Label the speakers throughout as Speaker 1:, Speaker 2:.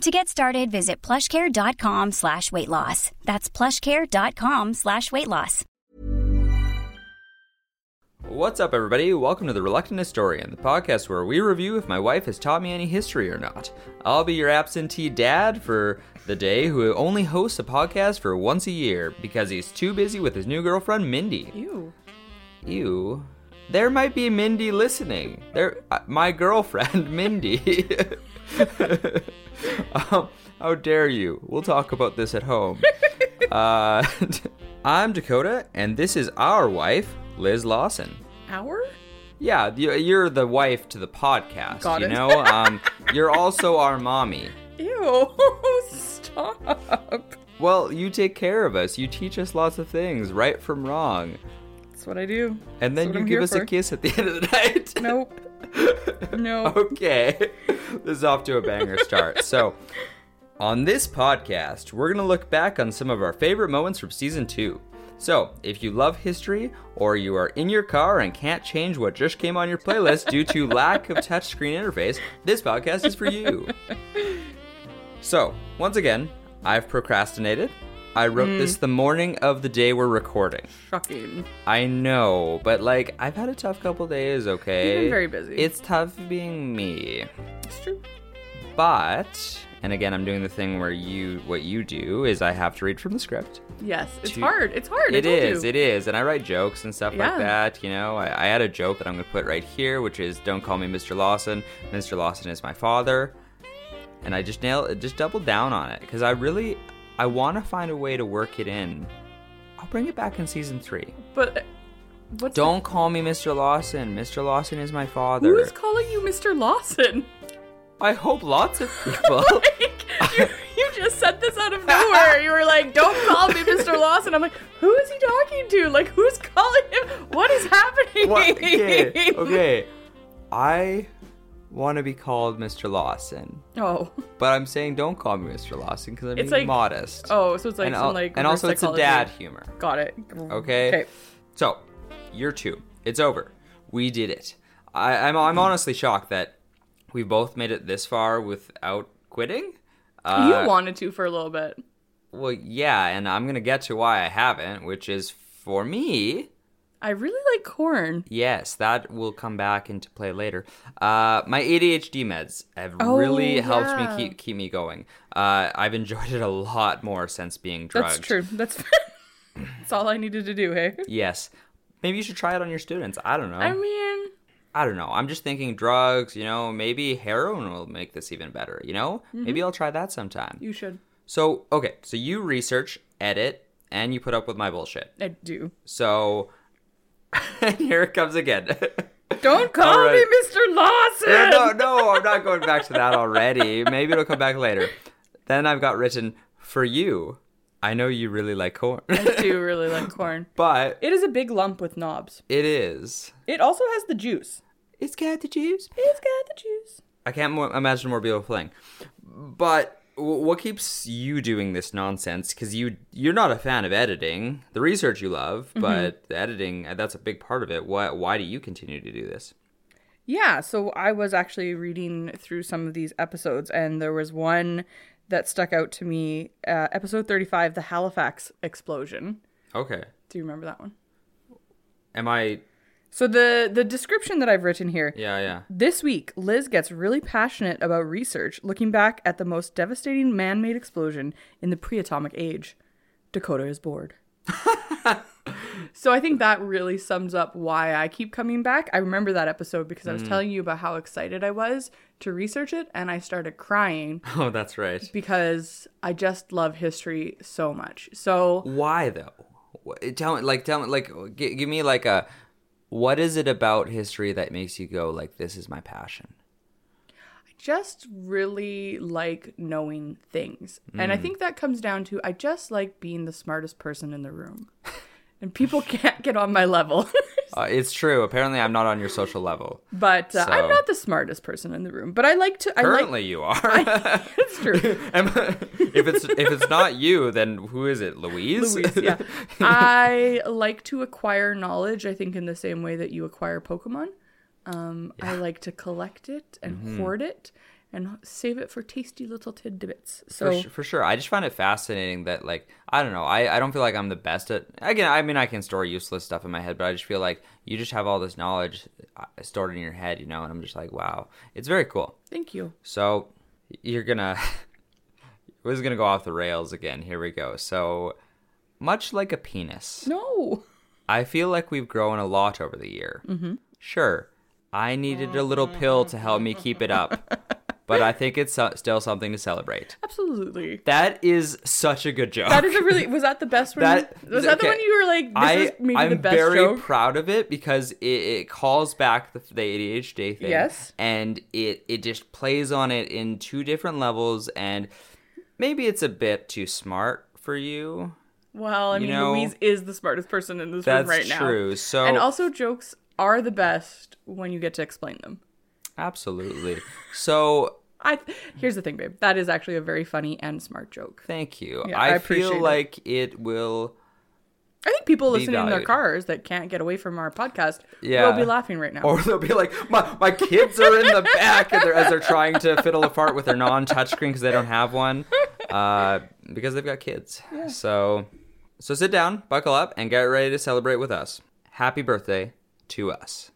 Speaker 1: To get started, visit plushcare.com slash weight loss. That's plushcare.com slash weight loss.
Speaker 2: What's up, everybody? Welcome to The Reluctant Historian, the podcast where we review if my wife has taught me any history or not. I'll be your absentee dad for the day who only hosts a podcast for once a year because he's too busy with his new girlfriend, Mindy.
Speaker 3: Ew.
Speaker 2: Ew. There might be Mindy listening. There, uh, my girlfriend, Mindy. um, how dare you? We'll talk about this at home. uh, I'm Dakota, and this is our wife, Liz Lawson.
Speaker 3: Hour?
Speaker 2: Yeah, you- you're the wife to the podcast.
Speaker 3: Got
Speaker 2: you
Speaker 3: it.
Speaker 2: know, um, you're also our mommy.
Speaker 3: Ew. Stop.
Speaker 2: Well, you take care of us. You teach us lots of things, right from wrong,
Speaker 3: That's what I do.
Speaker 2: and then
Speaker 3: That's what
Speaker 2: you
Speaker 3: I'm
Speaker 2: give
Speaker 3: here
Speaker 2: us
Speaker 3: for.
Speaker 2: a kiss at the end of the night.
Speaker 3: Nope. Nope.
Speaker 2: okay. This is off to a banger start. So, on this podcast, we're going to look back on some of our favorite moments from season two. So, if you love history or you are in your car and can't change what just came on your playlist due to lack of touchscreen interface, this podcast is for you. So, once again, I've procrastinated. I wrote this the morning of the day we're recording.
Speaker 3: Shocking.
Speaker 2: I know, but like I've had a tough couple days, okay?
Speaker 3: You've been very busy.
Speaker 2: It's tough being me.
Speaker 3: It's true.
Speaker 2: But and again I'm doing the thing where you what you do is I have to read from the script.
Speaker 3: Yes. It's
Speaker 2: Two-
Speaker 3: hard. It's hard.
Speaker 2: It
Speaker 3: I told
Speaker 2: is,
Speaker 3: You.
Speaker 2: it is, and I write jokes and stuff like
Speaker 3: Yeah.
Speaker 2: that, you know. I, I had a joke that I'm gonna put right here, which is don't call me Mr. Lawson. Mr. Lawson is my father. And I just nail it just double down on it. Cause I really I wanna find a way to work it in. I'll bring it back in season three.
Speaker 3: But uh, what's
Speaker 2: Don't call me Mr. Lawson. Mr. Lawson is my
Speaker 3: The... Who
Speaker 2: father.
Speaker 3: is calling you Mr. Lawson?
Speaker 2: I hope lots of people.
Speaker 3: Like, you, you just said this out of nowhere. You were like, "Don't call me Mr. Lawson." I'm like, "Who is he talking to? Like, who's calling him? What is happening?"
Speaker 2: What- okay, okay. I want to be called Mr. Lawson,
Speaker 3: Oh.
Speaker 2: but I'm saying don't call me Mr. Lawson because I'm
Speaker 3: It's
Speaker 2: being
Speaker 3: like-
Speaker 2: modest.
Speaker 3: Oh, so it's like
Speaker 2: and,
Speaker 3: some
Speaker 2: al-
Speaker 3: like
Speaker 2: and
Speaker 3: reverse
Speaker 2: also it's a
Speaker 3: psychology.
Speaker 2: dad humor.
Speaker 3: Got it.
Speaker 2: Okay. So, year two. It's over. We did it. I, I'm, I'm honestly shocked that we both made it this far without quitting. Uh,
Speaker 3: you wanted to for a little bit.
Speaker 2: Well, yeah, and I'm gonna get to why I haven't, which is for me.
Speaker 3: I really like corn.
Speaker 2: Yes, that will come back into play later. Uh, my ADHD meds have
Speaker 3: Oh,
Speaker 2: really helped
Speaker 3: yeah.
Speaker 2: me keep keep me going. Uh, I've enjoyed it a lot more since being drugged.
Speaker 3: That's true. That's that's all I needed to do. Hey,
Speaker 2: Yes, maybe you should try it on your students. I don't know.
Speaker 3: I
Speaker 2: I'm...
Speaker 3: mean,
Speaker 2: I do not know. I'm just thinking drugs. You know, maybe heroin will make this even better. You know,
Speaker 3: Mm-hmm.
Speaker 2: maybe I'll try that sometime.
Speaker 3: you should.
Speaker 2: So okay, so you research, edit, and you put up with my bullshit.
Speaker 3: I do.
Speaker 2: So here it comes again.
Speaker 3: Don't call
Speaker 2: All right.
Speaker 3: me Mr. Lawson.
Speaker 2: Yeah, no, no, I'm not going back to that already. Maybe it'll come back later. Then I've got written for you. I know you really like corn,
Speaker 3: I do really like corn.
Speaker 2: but
Speaker 3: It is a big lump with knobs.
Speaker 2: it is.
Speaker 3: It also has the juice.
Speaker 2: It's got the juice.
Speaker 3: It's got the juice.
Speaker 2: I can't mo- imagine more people playing. But w- what keeps you doing this nonsense? Because you you're not a fan of editing, the research you love, but the editing uh, that's a big part of it. Why why do you continue to do this?
Speaker 3: Yeah, so I was actually reading through some of these episodes, and there was one that stuck out to me. Uh, episode 35, The Halifax Explosion.
Speaker 2: Okay,
Speaker 3: Do you remember that one?
Speaker 2: am I?
Speaker 3: So, the, the description that I've written here
Speaker 2: Yeah, yeah.
Speaker 3: This week, Liz gets really passionate about research, looking back at the most devastating man made explosion in the pre atomic age. Dakota is bored. so I think that really sums up why I keep coming back. I remember that episode because I was telling you about how excited I was to research it, and I started crying
Speaker 2: Oh, that's right.
Speaker 3: because I just love history so much. So
Speaker 2: why though Wh- tell me like tell me like g- give me like a what is it about history that makes you go like this is my passion
Speaker 3: just really like knowing
Speaker 2: Mm.
Speaker 3: things. And I think that comes down to I just like being the smartest person in the room. and people can't get on my level.
Speaker 2: Uh, it's true. Apparently, I'm not on your social level.
Speaker 3: but uh,
Speaker 2: So-
Speaker 3: I'm not the smartest person in the room. But I like to. I
Speaker 2: Currently, you are.
Speaker 3: like, it's true.
Speaker 2: Am I- if it's if it's not you, then who is it? Louise.
Speaker 3: Louise, yeah. I like to acquire knowledge. I think in the same way that you acquire Pokemon. Um, I like to collect it and
Speaker 2: Mm-hmm.
Speaker 3: hoard it and save it for tasty little tidbits. So
Speaker 2: for, su- for sure. I just find it fascinating that like I don't know. I, I don't feel like I'm the best at again. I mean, I can store useless stuff in my head, but I just feel like you just have all this knowledge uh, stored in your head, you know. And I'm just like, wow, it's very cool.
Speaker 3: thank you.
Speaker 2: So you're gonna we're just gonna go off the rails again. Here we go. So much like a penis,
Speaker 3: No.
Speaker 2: I feel like we've grown a lot over the year. Mm-hmm. Sure, I needed a little pill to help me keep it up, but I think it's so- still something to celebrate.
Speaker 3: Absolutely.
Speaker 2: That is such a good joke.
Speaker 3: That is a really was that the best one?
Speaker 2: That-
Speaker 3: was that the
Speaker 2: okay.
Speaker 3: one you were like, this is
Speaker 2: I,
Speaker 3: maybe
Speaker 2: I'm
Speaker 3: the best
Speaker 2: very
Speaker 3: joke?
Speaker 2: proud of it because it, it calls back the, the ADHD thing.
Speaker 3: Yes.
Speaker 2: And it, it just plays on it in two different levels. And maybe it's a bit too smart for you.
Speaker 3: Well, I mean,
Speaker 2: know,
Speaker 3: Louise is the smartest person in this room
Speaker 2: That's
Speaker 3: right now.
Speaker 2: true. So,
Speaker 3: And also, jokes are the best when you get to explain them.
Speaker 2: absolutely. So,
Speaker 3: I here's the thing, babe. That is actually a very funny and smart joke.
Speaker 2: thank you.
Speaker 3: Yeah,
Speaker 2: I,
Speaker 3: I appreciate
Speaker 2: feel
Speaker 3: it.
Speaker 2: like it will.
Speaker 3: I think people listening in their
Speaker 2: valued.
Speaker 3: cars that can't get away from our podcast
Speaker 2: Yeah.
Speaker 3: will be laughing right now.
Speaker 2: Or they'll be like, my, my kids are in the back and they're, as they're trying to fiddle apart with their non touchscreen because they don't have one uh, because they've got kids. So, so sit down, buckle up, and get ready to celebrate with us. Happy birthday to us.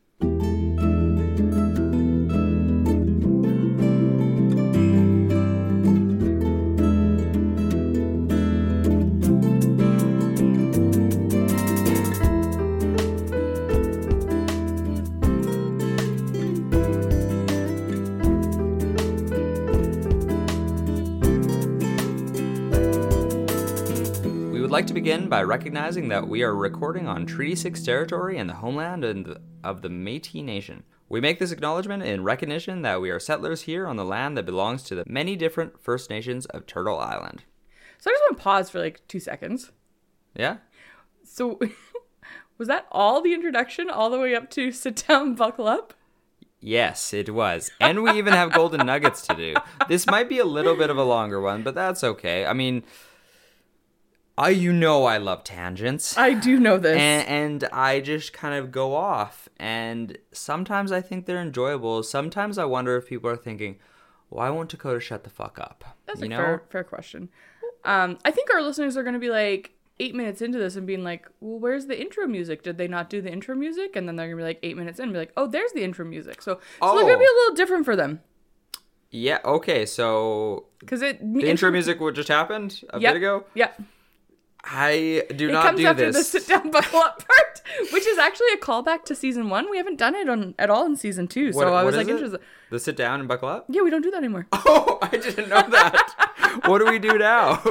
Speaker 2: We would like to begin by recognizing that we are recording on Treaty 6 territory in the homeland and the- of the Metis Nation. We make this acknowledgement in recognition that we are settlers here on the land that belongs to the many different First Nations of Turtle Island.
Speaker 3: so I just want to pause for like two seconds.
Speaker 2: Yeah?
Speaker 3: So, was that all the introduction, all the way up to sit down, buckle up?
Speaker 2: Yes, it was. And we even have golden nuggets to do. This might be a little bit of a longer one, but that's okay. I mean, I you know I love tangents.
Speaker 3: I do know this.
Speaker 2: and, and I just kind of go off. And sometimes I think they're enjoyable. Sometimes I wonder if people are thinking, why won't Dakota shut the fuck up?
Speaker 3: That's a fair, fair question. Um, I think our listeners are going to be like eight minutes into this and being like, "Well, where's the intro music? Did they not do the intro music?" And then they're going to be like eight minutes in, and be like, "Oh, there's the intro music." So, so they're going to be
Speaker 2: Oh.
Speaker 3: a little different for them
Speaker 2: Yeah, okay, so
Speaker 3: because it
Speaker 2: the intro music what just happened a
Speaker 3: Yep,
Speaker 2: bit ago.
Speaker 3: Yep.
Speaker 2: I do
Speaker 3: It
Speaker 2: not
Speaker 3: comes
Speaker 2: do
Speaker 3: after
Speaker 2: this.
Speaker 3: the sit down buckle up part, which is actually a callback to season one. We haven't done it on at all in season two, so
Speaker 2: What-
Speaker 3: I
Speaker 2: what
Speaker 3: was
Speaker 2: is
Speaker 3: like
Speaker 2: it?
Speaker 3: interested.
Speaker 2: The sit down and buckle up?
Speaker 3: Yeah, we don't do that anymore.
Speaker 2: Oh, I didn't know that. what do we do now?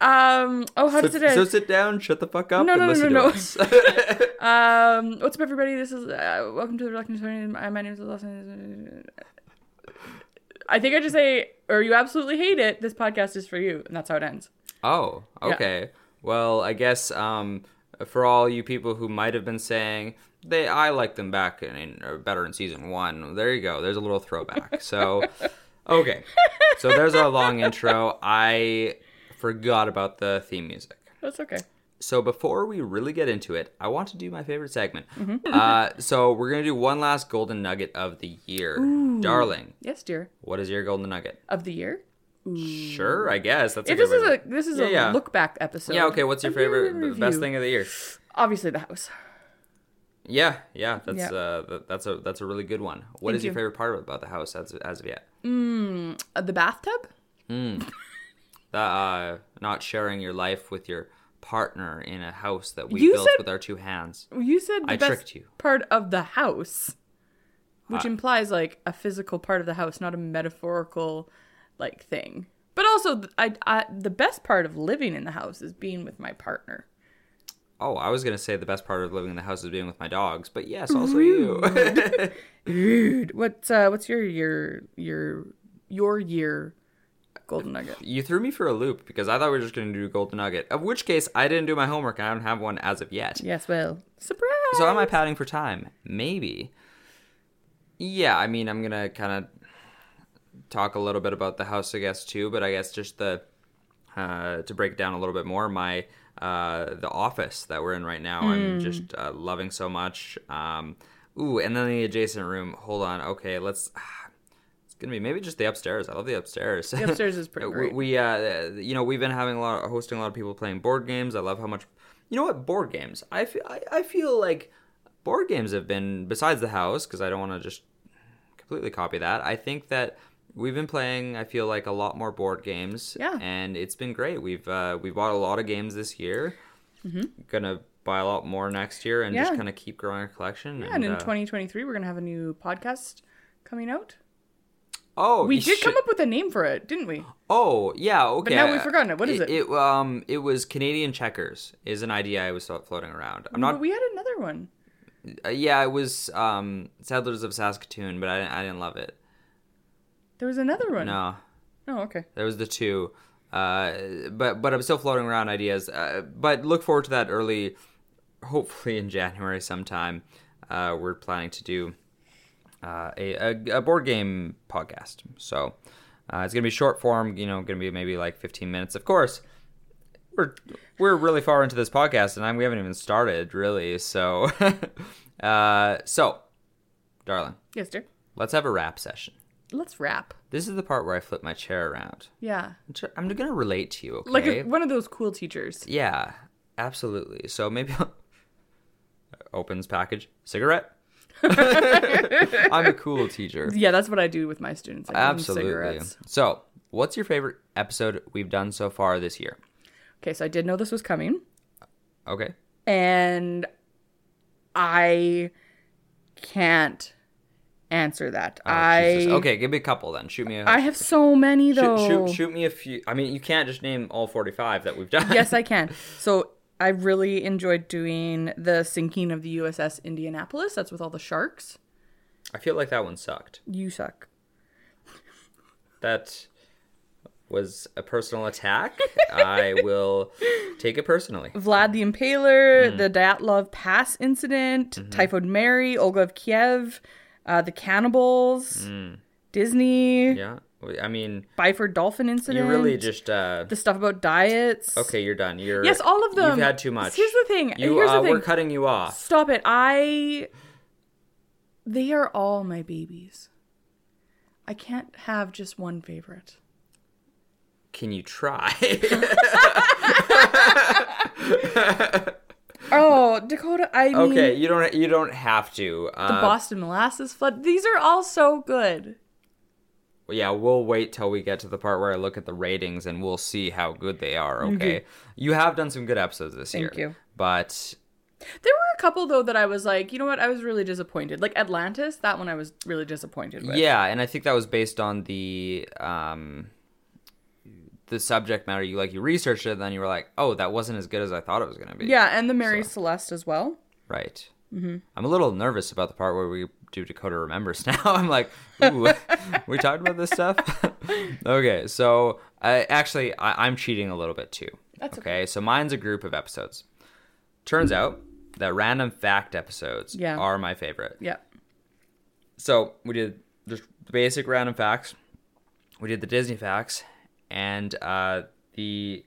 Speaker 3: Um. Oh, how
Speaker 2: So,
Speaker 3: does it end?
Speaker 2: so sit down, shut the fuck up,
Speaker 3: No,
Speaker 2: and
Speaker 3: no, no,
Speaker 2: listen
Speaker 3: no,
Speaker 2: to
Speaker 3: no.
Speaker 2: us.
Speaker 3: Um, what's up, everybody? This is uh, welcome to the Reluctant Historian. My my name is Lawson. I think I just say, or you absolutely hate it. This podcast is for you, and that's how it ends.
Speaker 2: oh, okay. Well, I guess um, for all you people who might have been saying they, I like them back in, in or better in season one. There you go. There's a little throwback. So, okay. So there's our long intro. I forgot about the theme music.
Speaker 3: That's Oh, okay.
Speaker 2: So before we really get into it, I want to do my favorite segment.
Speaker 3: Mm-hmm.
Speaker 2: Uh, so we're gonna do one last golden nugget of the year, darling.
Speaker 3: Yes, dear.
Speaker 2: What is your golden nugget?
Speaker 3: Of the year.
Speaker 2: Sure, I guess that's. A
Speaker 3: If
Speaker 2: good
Speaker 3: this is
Speaker 2: way
Speaker 3: a
Speaker 2: to-
Speaker 3: this is
Speaker 2: Yeah,
Speaker 3: a
Speaker 2: yeah.
Speaker 3: look back episode.
Speaker 2: yeah. Okay, what's your
Speaker 3: A year
Speaker 2: favorite,
Speaker 3: in
Speaker 2: the best
Speaker 3: review.
Speaker 2: thing of the year?
Speaker 3: Obviously, the house.
Speaker 2: Yeah, yeah, that's
Speaker 3: Yeah.
Speaker 2: Uh, th- that's a that's a really good one. What is
Speaker 3: Thank
Speaker 2: your
Speaker 3: you.
Speaker 2: favorite part about the house as as of yet?
Speaker 3: Uh, the bathtub.
Speaker 2: The, uh, not sharing your life with your partner in a house that we
Speaker 3: You
Speaker 2: built
Speaker 3: said-
Speaker 2: with our two hands.
Speaker 3: You said the
Speaker 2: I
Speaker 3: best
Speaker 2: tricked you. Uh,
Speaker 3: part of the house, which implies like a physical part of the house, not a metaphorical like thing. But also, th- I, I the best part of living in the house is being with my partner.
Speaker 2: Oh, I was gonna say the best part of living in the house is being with my dogs, but yes, also
Speaker 3: Mm-hmm.
Speaker 2: you.
Speaker 3: Dude, what's uh, what's your your your your year Golden nugget.
Speaker 2: You threw me for a loop because I thought we were just going to do Golden Nugget, of which case I didn't do my homework and I don't have one as of yet.
Speaker 3: Yes, well, surprise.
Speaker 2: So am I padding for time? Maybe. Yeah, I mean, I'm gonna kind of talk a little bit about the house, I guess, too. But I guess just the uh, to break it down a little bit more, my uh, the office that we're in right now, I'm just uh, loving so much. Um, ooh, and then the adjacent room. Hold on, okay, let's. It's gonna be maybe just the upstairs. I love the upstairs.
Speaker 3: The upstairs is pretty
Speaker 2: We-
Speaker 3: Oh, great.
Speaker 2: We, uh, you know, we've been having a lot, hosting a lot of people playing board games. I love how much, you know, what board games. I feel, I, I feel like board games have been besides the house because I don't want to just completely copy that. I think that we've been playing. I feel like a lot more board games.
Speaker 3: Yeah.
Speaker 2: and it's been great. We've uh, we bought a lot of games this year. Gonna buy a lot more next year and just
Speaker 3: Mm-hmm. Yeah.
Speaker 2: kind of keep growing our collection.
Speaker 3: Yeah, and in
Speaker 2: uh,
Speaker 3: 2023, we're gonna have a new podcast coming out.
Speaker 2: oh,
Speaker 3: We
Speaker 2: you
Speaker 3: did come
Speaker 2: should-
Speaker 3: up with a name for it, didn't we?
Speaker 2: Oh yeah, okay.
Speaker 3: now we've forgotten it. What is it?
Speaker 2: It um, it was Canadian checkers. Is an idea I was floating around. I'm
Speaker 3: But
Speaker 2: not.
Speaker 3: we had another one. Mm-hmm.
Speaker 2: uh, yeah, it was um, Settlers of Saskatoon, but I didn't, I didn't love it.
Speaker 3: There was another one.
Speaker 2: No,
Speaker 3: Oh, okay.
Speaker 2: there was the two. Uh, but but I'm still floating around ideas. Uh, but look forward to that early, hopefully in January sometime. Uh, we're planning to do uh, a, a, a board game podcast. So uh, it's gonna be short form. You know, gonna be maybe like 15 minutes. Of course, we're we're really far into this podcast, and I'm, we haven't even started really. So uh, so, darling,
Speaker 3: Yes, dear.
Speaker 2: let's have a wrap session.
Speaker 3: Let's wrap.
Speaker 2: This is the part where I flip my chair around.
Speaker 3: Yeah.
Speaker 2: I'm gonna relate to you, okay?
Speaker 3: Like a, one of those cool teachers.
Speaker 2: yeah, absolutely. So maybe I'll... opens package cigarette. I'm a cool teacher.
Speaker 3: Yeah, that's what I do with my students. I give them
Speaker 2: Absolutely.
Speaker 3: cigarettes.
Speaker 2: So, what's your favorite episode we've done so far this year?
Speaker 3: Okay, so I did know this was coming,
Speaker 2: Okay.
Speaker 3: and I can't answer that.
Speaker 2: Oh,
Speaker 3: I
Speaker 2: Jesus. Okay, give me a couple then. Shoot me a
Speaker 3: I have so many though.
Speaker 2: shoot, shoot shoot me a few. I mean, you can't just name all 45 that we've done.
Speaker 3: yes, I can. So I really enjoyed doing the sinking of the USS Indianapolis. That's with all the sharks.
Speaker 2: I feel like that one sucked.
Speaker 3: You suck.
Speaker 2: That was a personal attack. I will take it personally.
Speaker 3: Vlad the Impaler,
Speaker 2: Mm-hmm.
Speaker 3: the Dyatlov Pass incident, Typhoid Mary, Olga of Kiev, uh, the cannibals, Disney,
Speaker 2: Mm. Yeah. I mean,
Speaker 3: Byford Dolphin incident.
Speaker 2: You really just uh
Speaker 3: the stuff about diets.
Speaker 2: okay. You're done. You're
Speaker 3: Yes, all of them.
Speaker 2: You've had too much.
Speaker 3: Here's the thing.
Speaker 2: You
Speaker 3: Here's
Speaker 2: uh,
Speaker 3: the thing.
Speaker 2: we're cutting you off.
Speaker 3: Stop it. I. They are all my babies. I can't have just one favorite.
Speaker 2: Can you try?
Speaker 3: Oh, Dakota, I mean,
Speaker 2: okay, you don't. You don't have to.
Speaker 3: the
Speaker 2: Uh,
Speaker 3: Boston molasses flood. These are all so good.
Speaker 2: yeah, we'll wait till we get to the part where I look at the ratings and we'll see how good they are. Okay, you have done some good episodes this year.
Speaker 3: Mm-hmm. Thank you.
Speaker 2: But
Speaker 3: There were a couple though that I was like, you know what? I was really disappointed. Like Atlantis, that one I was really disappointed with.
Speaker 2: yeah, and I think that was based on the um the subject matter. You like you researched it, and then you were like, oh, that wasn't as good as I thought it was gonna be.
Speaker 3: Yeah, and the Mary Celeste as well.
Speaker 2: Right. Mm-hmm. I'm a little nervous about the part where we do Dakota remembers now. I'm like, ooh, we talked about this stuff. okay, so uh, actually, I- I'm cheating a little bit too.
Speaker 3: That's okay.
Speaker 2: okay. So mine's a group of episodes. Turns out that random fact episodes
Speaker 3: Yeah.
Speaker 2: are my favorite.
Speaker 3: Yeah.
Speaker 2: So we did just the basic random facts. We did the Disney facts, and uh, the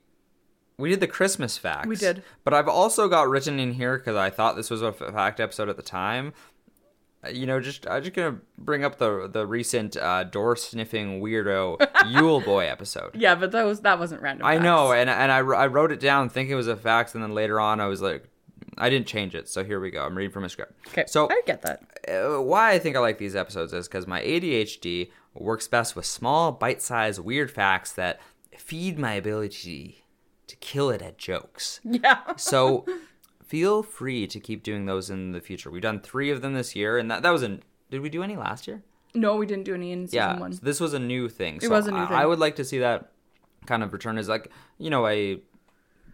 Speaker 2: we did the Christmas facts.
Speaker 3: We did.
Speaker 2: but I've also got written in here because I thought this was a f- fact episode at the time. Uh, You know, just I'm just gonna bring up the the recent uh, door sniffing weirdo Yule Boy episode.
Speaker 3: Yeah, but that was that wasn't random.
Speaker 2: I
Speaker 3: facts.
Speaker 2: know, and and I, wr- I wrote it down thinking it was a fact, and then later on I was like, I didn't change it. So here we go. I'm reading from a script.
Speaker 3: Okay.
Speaker 2: so
Speaker 3: I get that.
Speaker 2: uh, why I think I like these episodes is because my ADHD works best with small, bite sized, weird facts that feed my ability to kill it at jokes.
Speaker 3: Yeah.
Speaker 2: So feel free to keep doing those in the future. We've done three of them this year, and that, that was an. Did we do any last year?
Speaker 3: No, we didn't do any in season
Speaker 2: yeah,
Speaker 3: one.
Speaker 2: so this was a new thing. So
Speaker 3: was a new
Speaker 2: I,
Speaker 3: thing.
Speaker 2: I would like to see that kind of return as like you know a,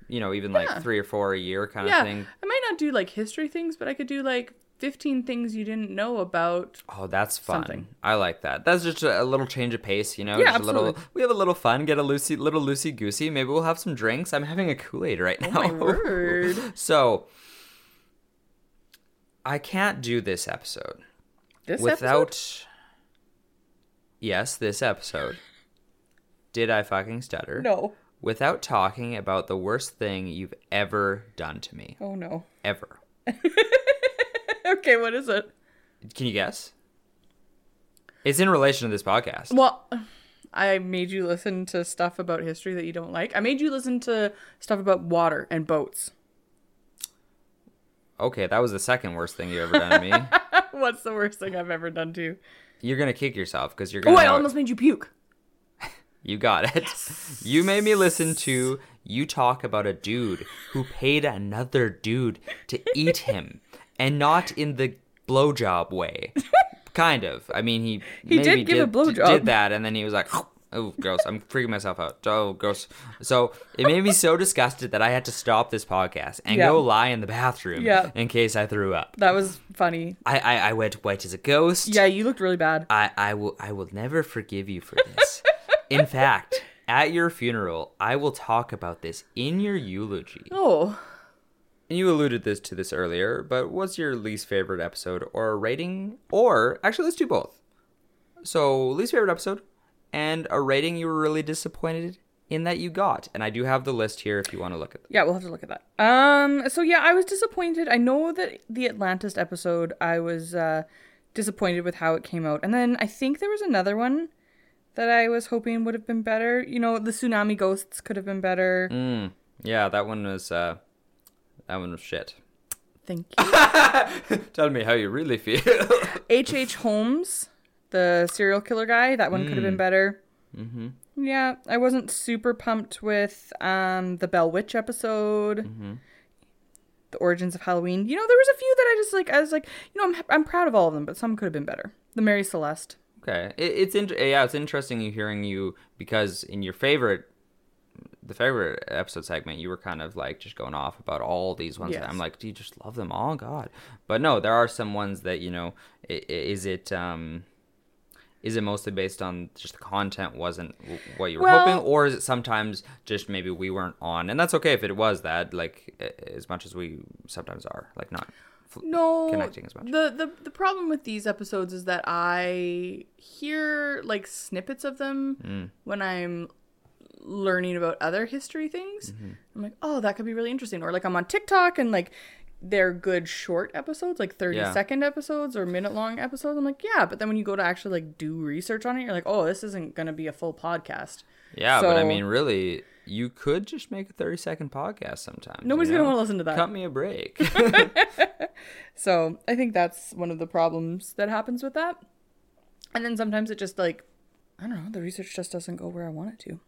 Speaker 2: you know even like three or four a year kind
Speaker 3: yeah.
Speaker 2: of thing.
Speaker 3: I might not do like history things, but I could do like 15 things you didn't know about.
Speaker 2: Oh, that's fun.
Speaker 3: Something.
Speaker 2: I like that. That's just a a little change of pace, you know.
Speaker 3: Yeah,
Speaker 2: just a little
Speaker 3: absolutely.
Speaker 2: we have a little fun, get a loosey little loosey goosey. Maybe we'll have some drinks. I'm having a Kool-Aid right now.
Speaker 3: Oh My word.
Speaker 2: So I can't do this episode
Speaker 3: This
Speaker 2: without
Speaker 3: episode?
Speaker 2: Yes, this episode. Did I fucking stutter?
Speaker 3: No.
Speaker 2: Without talking about the worst thing you've ever done to me.
Speaker 3: Oh, no.
Speaker 2: Ever.
Speaker 3: Okay, what is it?
Speaker 2: Can you guess? It's in relation to this podcast.
Speaker 3: Well, I made you listen to stuff about history that you don't like. I made you listen to stuff about water and boats.
Speaker 2: Okay, that was the second worst thing you ever done to me.
Speaker 3: What's the worst thing I've ever done to you?
Speaker 2: You're gonna kick yourself because you're
Speaker 3: Oh,
Speaker 2: gonna.
Speaker 3: I
Speaker 2: know it.
Speaker 3: almost made you puke.
Speaker 2: You got it. You made me listen to you talk about a dude who paid another dude to eat him, and not in the blowjob way. Kind of. I mean, he he
Speaker 3: did give a blowjob.
Speaker 2: Did that, and then he was like. Oh, gross. I'm freaking myself out. Oh, gross. So it made me so disgusted that I had to stop this podcast and
Speaker 3: Yeah.
Speaker 2: go lie in the bathroom
Speaker 3: Yeah.
Speaker 2: in case I threw up.
Speaker 3: That was funny.
Speaker 2: I, I, I went white as a ghost.
Speaker 3: Yeah, you looked really bad.
Speaker 2: I, I will I will never forgive you for this. In fact, at your funeral, I will talk about this in your eulogy.
Speaker 3: Oh,
Speaker 2: And you alluded this to this earlier, but what's your least favorite episode or rating? Or actually, let's do both. So least favorite episode and a rating you were really disappointed in that you got. And I do have the list here if you want to look at. Them.
Speaker 3: yeah, we'll have to look at that. Um, so yeah, I was disappointed. I know that the Atlantis episode, I was uh, disappointed with how it came out, and then I think there was another one that I was hoping would have been better. You know, the tsunami ghosts could have been better.
Speaker 2: Yeah, that one was uh, that one was shit.
Speaker 3: Thank you.
Speaker 2: Tell me how you really feel.
Speaker 3: H.H. H. Holmes, the serial killer guy, that one could have been better. Mm-hmm. Yeah, I wasn't super pumped with um, the Bell Witch episode, the origins of Halloween. You know, there was a few that I just like. I was like, you know, I'm I'm proud of all of them, but some could have been better. The Mary Celeste.
Speaker 2: Okay, it, it's in, yeah, it's interesting hearing you because in your favorite, the favorite episode segment, you were kind of like just going off about all these ones,
Speaker 3: Yes.
Speaker 2: and I'm like, do you just love them all? God, but no, there are some ones that you know, i- i- is it um, is it mostly based on just the content wasn't w- what you were
Speaker 3: Well-
Speaker 2: hoping, or is it sometimes just maybe we weren't on, and that's okay if it was that, like a- as much as we sometimes are, like not fl-
Speaker 3: no
Speaker 2: connecting as much.
Speaker 3: The, the the problem with these episodes is that I hear like snippets of them
Speaker 2: Mm.
Speaker 3: when I'm learning about other history things.
Speaker 2: Mm-hmm.
Speaker 3: I'm like, oh, that could be really interesting. Or like I'm on TikTok and like they're good short episodes, like thirty second
Speaker 2: Yeah.
Speaker 3: episodes or minute long episodes. I'm like, yeah, but then when you go to actually like do research on it, you're like, oh, this isn't gonna be a full podcast.
Speaker 2: Yeah, but I
Speaker 3: So-
Speaker 2: mean, really, you could just make a 30 second podcast sometimes.
Speaker 3: Nobody's
Speaker 2: you
Speaker 3: gonna
Speaker 2: know?
Speaker 3: wanna listen to that.
Speaker 2: Cut me a break.
Speaker 3: So I think that's one of the problems that happens with that. And then sometimes it just like I don't know, the research just doesn't go where I want it to.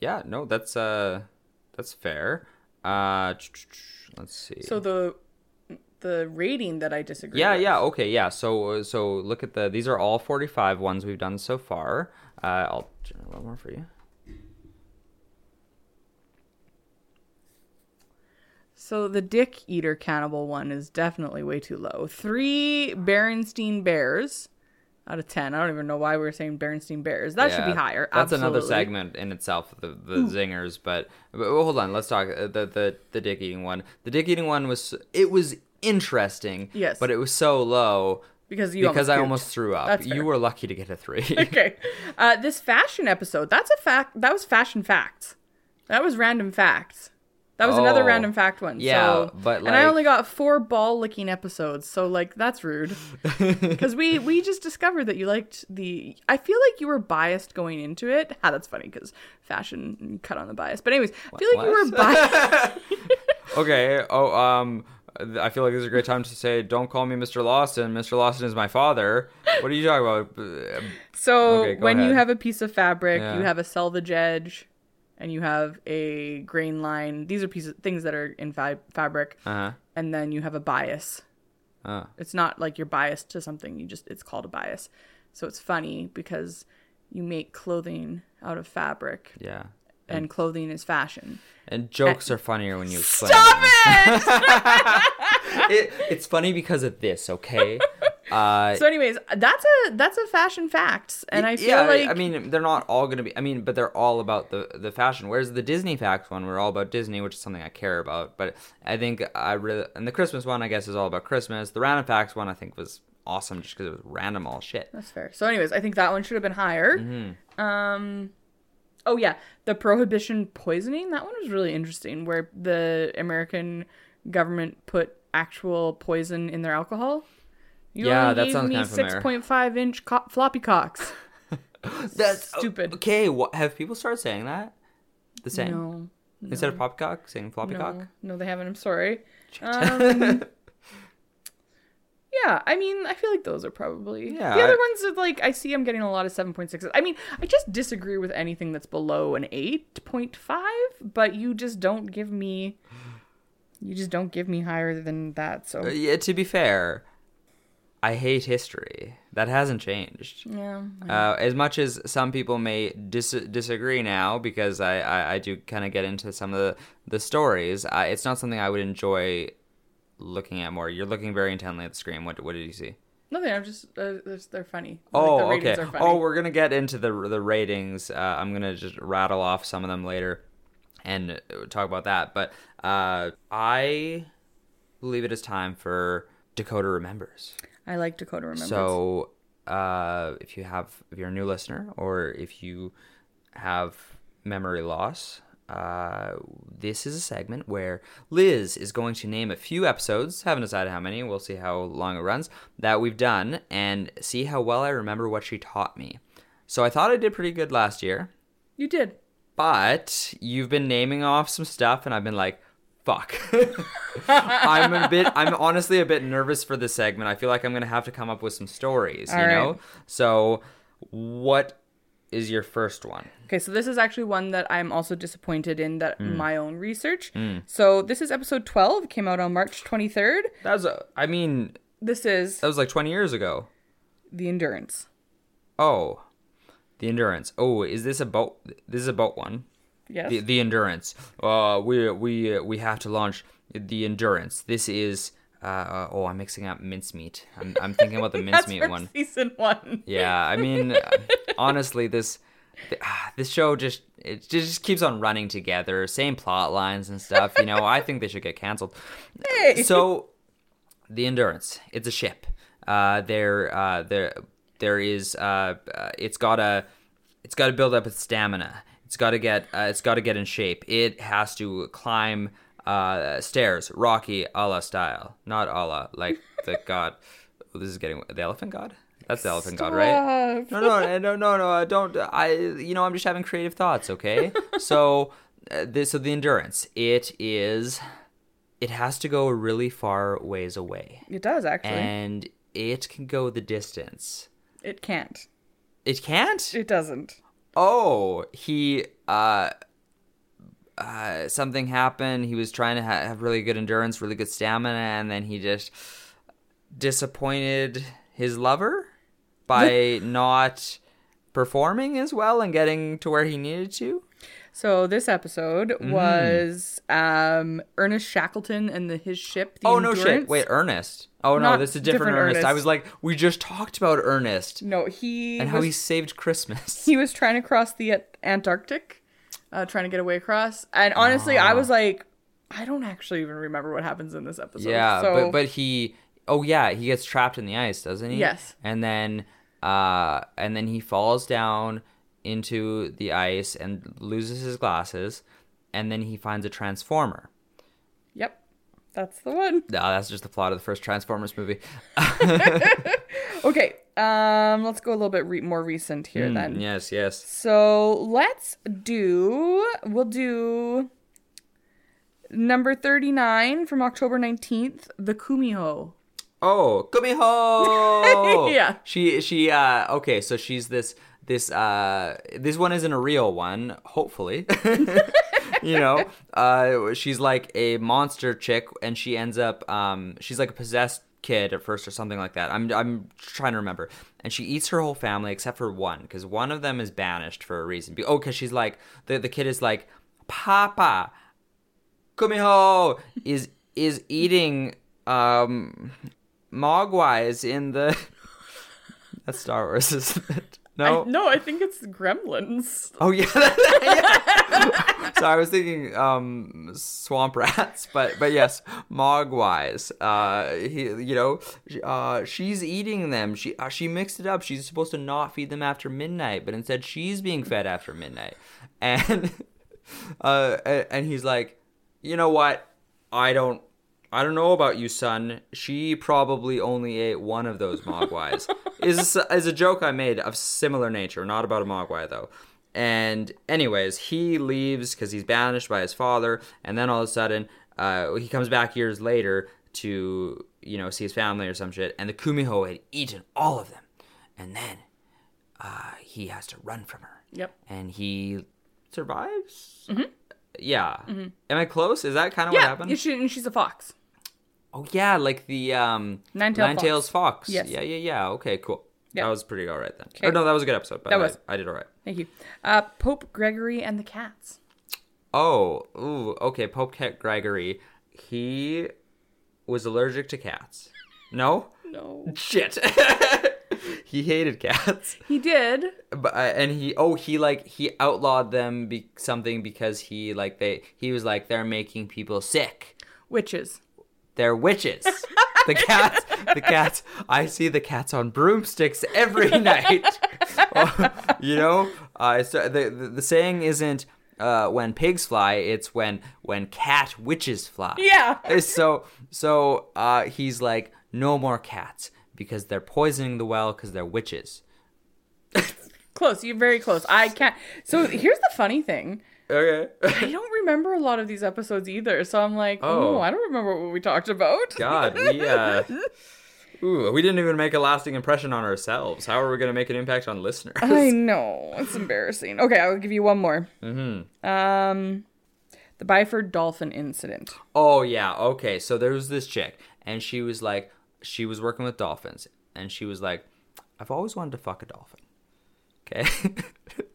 Speaker 2: yeah, no, that's uh that's fair. Uh ch- ch- ch- let's see.
Speaker 3: So the the rating that I disagree
Speaker 2: yeah,
Speaker 3: with.
Speaker 2: yeah, okay, yeah. So uh, so look at the these are all 45 ones we've done so far. Uh I'll generate a little more for you.
Speaker 3: So the dick eater cannibal one is definitely way too low. Three Berenstein bears out of ten. I don't even know why we were saying Berenstein bears. That should
Speaker 2: Yeah,
Speaker 3: be higher.
Speaker 2: That's another
Speaker 3: absolutely.
Speaker 2: segment in itself, the, the zingers. But, but well, hold on, let's talk uh, the the the dick eating one. The dick eating one was it was interesting.
Speaker 3: Yes.
Speaker 2: but it was so low
Speaker 3: Because you
Speaker 2: because
Speaker 3: almost
Speaker 2: I
Speaker 3: puked.
Speaker 2: almost threw up.
Speaker 3: That's
Speaker 2: you
Speaker 3: fair.
Speaker 2: were lucky to get a three.
Speaker 3: okay. Uh, this fashion episode, that's a fact. That was fashion facts. That was random facts. That was another
Speaker 2: Oh.
Speaker 3: random fact one.
Speaker 2: Yeah,
Speaker 3: so,
Speaker 2: but,
Speaker 3: and I
Speaker 2: like-
Speaker 3: only got four ball licking episodes, so like that's rude. Because we we just discovered that you liked the. I feel like you were biased going into it. Ah, that's funny because fashion cut on the bias. But anyways, I feel like you
Speaker 2: What?
Speaker 3: were biased.
Speaker 2: okay. Oh, um, I feel like this is a great time to say, don't call me Mr. Lawson. Mr. Lawson is my father. What are you talking about? uh,
Speaker 3: So
Speaker 2: Okay, go
Speaker 3: when you
Speaker 2: ahead.
Speaker 3: have a piece of fabric,
Speaker 2: Yeah.
Speaker 3: you have a selvage edge, and you have a grain line. These are pieces things that are in fi- fabric.
Speaker 2: Uh
Speaker 3: and then you have a bias.
Speaker 2: huh. Uh,
Speaker 3: It's not like you're biased to something, you just it's called a bias. So it's funny because you make clothing out of fabric
Speaker 2: yeah.
Speaker 3: and clothing is fashion.
Speaker 2: And jokes are funnier when you explain.
Speaker 3: Stop it!
Speaker 2: It, it's funny because of this, okay? Uh,
Speaker 3: So, anyways, that's a that's a fashion fact, and I
Speaker 2: yeah,
Speaker 3: feel like
Speaker 2: I mean, they're not all going to be. I mean, but they're all about the the fashion. Whereas the Disney facts one, we're all about Disney, which is something I care about. But I think I really and the Christmas one, I guess, is all about Christmas. The random facts one, I think, was awesome just because it was random all shit.
Speaker 3: that's fair. So, anyways, I think that one should have been higher.
Speaker 2: Mm-hmm.
Speaker 3: Um, oh yeah, the prohibition poisoning that one was really interesting, where the American government put actual poison in their alcohol. You
Speaker 2: Yeah,
Speaker 3: only
Speaker 2: that
Speaker 3: gave
Speaker 2: sounds
Speaker 3: me
Speaker 2: kinda
Speaker 3: six
Speaker 2: familiar.
Speaker 3: point five inch co- floppy cocks.
Speaker 2: That's
Speaker 3: Stupid.
Speaker 2: Okay, what, have people started saying that? The same
Speaker 3: No,
Speaker 2: instead of poppycock, saying floppycock.
Speaker 3: no, no, they haven't. I'm sorry. Um, yeah, I mean, I feel like those are probably
Speaker 2: Yeah,
Speaker 3: the other
Speaker 2: I-
Speaker 3: ones are like I see I'm getting a lot of seven point sixes. I mean, I just disagree with anything that's below an eight point five, but you just don't give me you just don't give me higher than that. So
Speaker 2: Uh, Yeah, to be fair, I hate history. That hasn't changed.
Speaker 3: yeah,
Speaker 2: Uh, as much as some people may dis- disagree now, because I, I, I do kind of get into some of the, the stories, I, it's not something I would enjoy looking at more. You're looking very intently at the screen. What, what did you see?
Speaker 3: nothing. I'm just uh, they're- they're funny.
Speaker 2: Oh,
Speaker 3: like, the ratings
Speaker 2: okay.
Speaker 3: Are funny.
Speaker 2: Oh, we're gonna get into the the ratings. Uh, I'm gonna just rattle off some of them later, and uh, talk about that. But uh, I believe it is time for Dakota remembers.
Speaker 3: I like Dakota remembers.
Speaker 2: So, uh, if you have, if you're a new listener, or if you have memory loss, uh, this is a segment where Liz is going to name a few episodes. Haven't decided how many. We'll see how long it runs that we've done, and see how well I remember what she taught me. So I thought I did pretty good last year,
Speaker 3: you did.
Speaker 2: but you've been naming off some stuff, and I've been like. Fuck. I'm a bit. I'm honestly a bit nervous for this segment. I feel like I'm gonna have to come up with some stories.
Speaker 3: All
Speaker 2: you
Speaker 3: right.
Speaker 2: know. So, what is your first one?
Speaker 3: Okay, so this is actually one that I'm also disappointed in that
Speaker 2: Hmm.
Speaker 3: my own research. So this is episode 12, came out on March 23rd.
Speaker 2: That was. A, I mean,
Speaker 3: This is
Speaker 2: that was like 20 years ago.
Speaker 3: the endurance.
Speaker 2: Oh, the endurance. Oh, is this a boat? This is a boat one.
Speaker 3: Yes.
Speaker 2: The, the endurance. Uh, we we uh, we have to launch the endurance. This is. Uh, uh, oh, I'm mixing up mincemeat. I'm, I'm thinking about the
Speaker 3: That's
Speaker 2: mincemeat
Speaker 3: from
Speaker 2: one.
Speaker 3: Season one.
Speaker 2: Yeah, I mean, honestly, this th- ah, this show just it ju- just keeps on running together, same plot lines and stuff. You know, I think they should get canceled.
Speaker 3: Hey.
Speaker 2: So, the Endurance, it's a ship. Uh, there, uh, there, there is. Uh, uh, it's got to it's got to build up its stamina. It's got to get. Uh, it's got to get in shape. It has to climb uh, stairs, Rocky Allah style, not Allah like the god. This is getting the elephant god. That's the elephant god, right?
Speaker 3: Stop.
Speaker 2: No, no, no, no, no. I don't. I, you know, I'm just having creative thoughts. Okay. so, uh, this, so the endurance. It is. It has to go a really far ways away,
Speaker 3: It does, actually.
Speaker 2: and it can go the distance.
Speaker 3: It can't.
Speaker 2: It can't.
Speaker 3: It doesn't.
Speaker 2: Oh, he. Uh, uh, something happened. He was trying to ha- have really good endurance, really good stamina, and then he just disappointed his lover by not performing as well and getting to where he needed to.
Speaker 3: So this episode
Speaker 2: Hmm.
Speaker 3: was um, Ernest Shackleton and the, his ship. The
Speaker 2: oh no shit!
Speaker 3: Endurance.
Speaker 2: Wait, Ernest. Oh no,
Speaker 3: Not
Speaker 2: this is a different,
Speaker 3: different
Speaker 2: Ernest. I
Speaker 3: Ernest.
Speaker 2: was like, we just talked about Ernest
Speaker 3: No, he
Speaker 2: and
Speaker 3: was,
Speaker 2: how he saved Christmas.
Speaker 3: he was trying to cross the Ant- Antarctic, uh, trying to get away across. And honestly, I
Speaker 2: Ah.
Speaker 3: was like, I don't actually even remember what happens in this episode.
Speaker 2: Yeah,
Speaker 3: so,
Speaker 2: but but he oh yeah, he gets trapped in the ice, doesn't he?
Speaker 3: Yes.
Speaker 2: And then uh and then he falls down into the ice and loses his glasses and then he finds a transformer.
Speaker 3: yep, that's the one.
Speaker 2: No, that's just the plot of the first Transformers movie.
Speaker 3: Okay, um, let's go a little bit re- more recent here
Speaker 2: Hmm,
Speaker 3: then.
Speaker 2: Yes, yes.
Speaker 3: So let's do, we'll do number 39 from October 19th, The Kumiho.
Speaker 2: Oh, Kumiho.
Speaker 3: Yeah.
Speaker 2: She she uh okay, so she's this this uh this one isn't a real one, hopefully. you know, uh she's like a monster chick and she ends up um she's like a possessed kid at first or something like that. I'm I'm trying to remember. And she eats her whole family except for one cuz one of them is banished for a reason. Be- oh, cuz she's like the the kid is like, "Papa, Kumiho is is eating um, Mogwai is in the. That's Star Wars, isn't it? No.
Speaker 3: I, no, I think it's Gremlins.
Speaker 2: Oh yeah. yeah. so I was thinking um, swamp rats, but but yes, mogwais. Uh, he, you know, uh, she's eating them. She uh, she mixed it up. She's supposed to not feed them after midnight, but instead she's being fed after midnight, and uh, a- and he's like, you know what? I don't. I don't know about you, son. She probably only ate one of those mogwais. is is a joke I made of similar nature, not about a mogwai though. And anyways, he leaves because he's banished by his father, and then all of a sudden, uh, he comes back years later to you know see his family or some shit, and the kumiho had eaten all of them, and then uh, he has to run from her.
Speaker 3: Yep.
Speaker 2: And he survives. Yeah. Am I close? Is that kind of what
Speaker 3: Mm-hmm. Yeah,
Speaker 2: happened?
Speaker 3: and she, and she's a fox.
Speaker 2: Oh yeah, like the um
Speaker 3: Nine-tailed
Speaker 2: Nine-tails fox.
Speaker 3: Yes.
Speaker 2: Yeah, yeah, yeah. Okay, cool.
Speaker 3: Yeah.
Speaker 2: That was pretty all right then.
Speaker 3: Okay.
Speaker 2: Or no, that was a good episode. But
Speaker 3: That
Speaker 2: I,
Speaker 3: was.
Speaker 2: I did all right.
Speaker 3: Thank you. Uh, Pope Gregory and the cats.
Speaker 2: Oh, ooh, okay. Pope Cat Gregory, he was allergic to cats. No,
Speaker 3: No,
Speaker 2: shit. he hated cats,
Speaker 3: he did.
Speaker 2: but uh, and he oh he like he outlawed them be- something because he like they he was like they're making people sick.
Speaker 3: Witches.
Speaker 2: They're witches. The cats, the cats. I see the cats on broomsticks every night. you know, uh, so the, the the saying isn't uh, when pigs fly; it's when when cat witches fly. Uh,
Speaker 3: Yeah.
Speaker 2: So so uh, he's like, no more cats because they're poisoning the well because they're witches.
Speaker 3: Close. You're very close. I can't. So here's the funny thing.
Speaker 2: Okay.
Speaker 3: I don't remember a lot of these episodes either. So I'm like, oh,
Speaker 2: Oh.
Speaker 3: I don't remember what we talked about.
Speaker 2: God, we uh, ooh, we didn't even make a lasting impression on ourselves. How are we gonna make an impact on listeners?
Speaker 3: I know. It's embarrassing. Okay, I'll give you one more. Mm-hmm. Um, the Byford dolphin incident.
Speaker 2: Oh yeah, okay. So there was this chick, and she was like, she was working with dolphins, and she was like, I've always wanted to fuck a dolphin. Okay.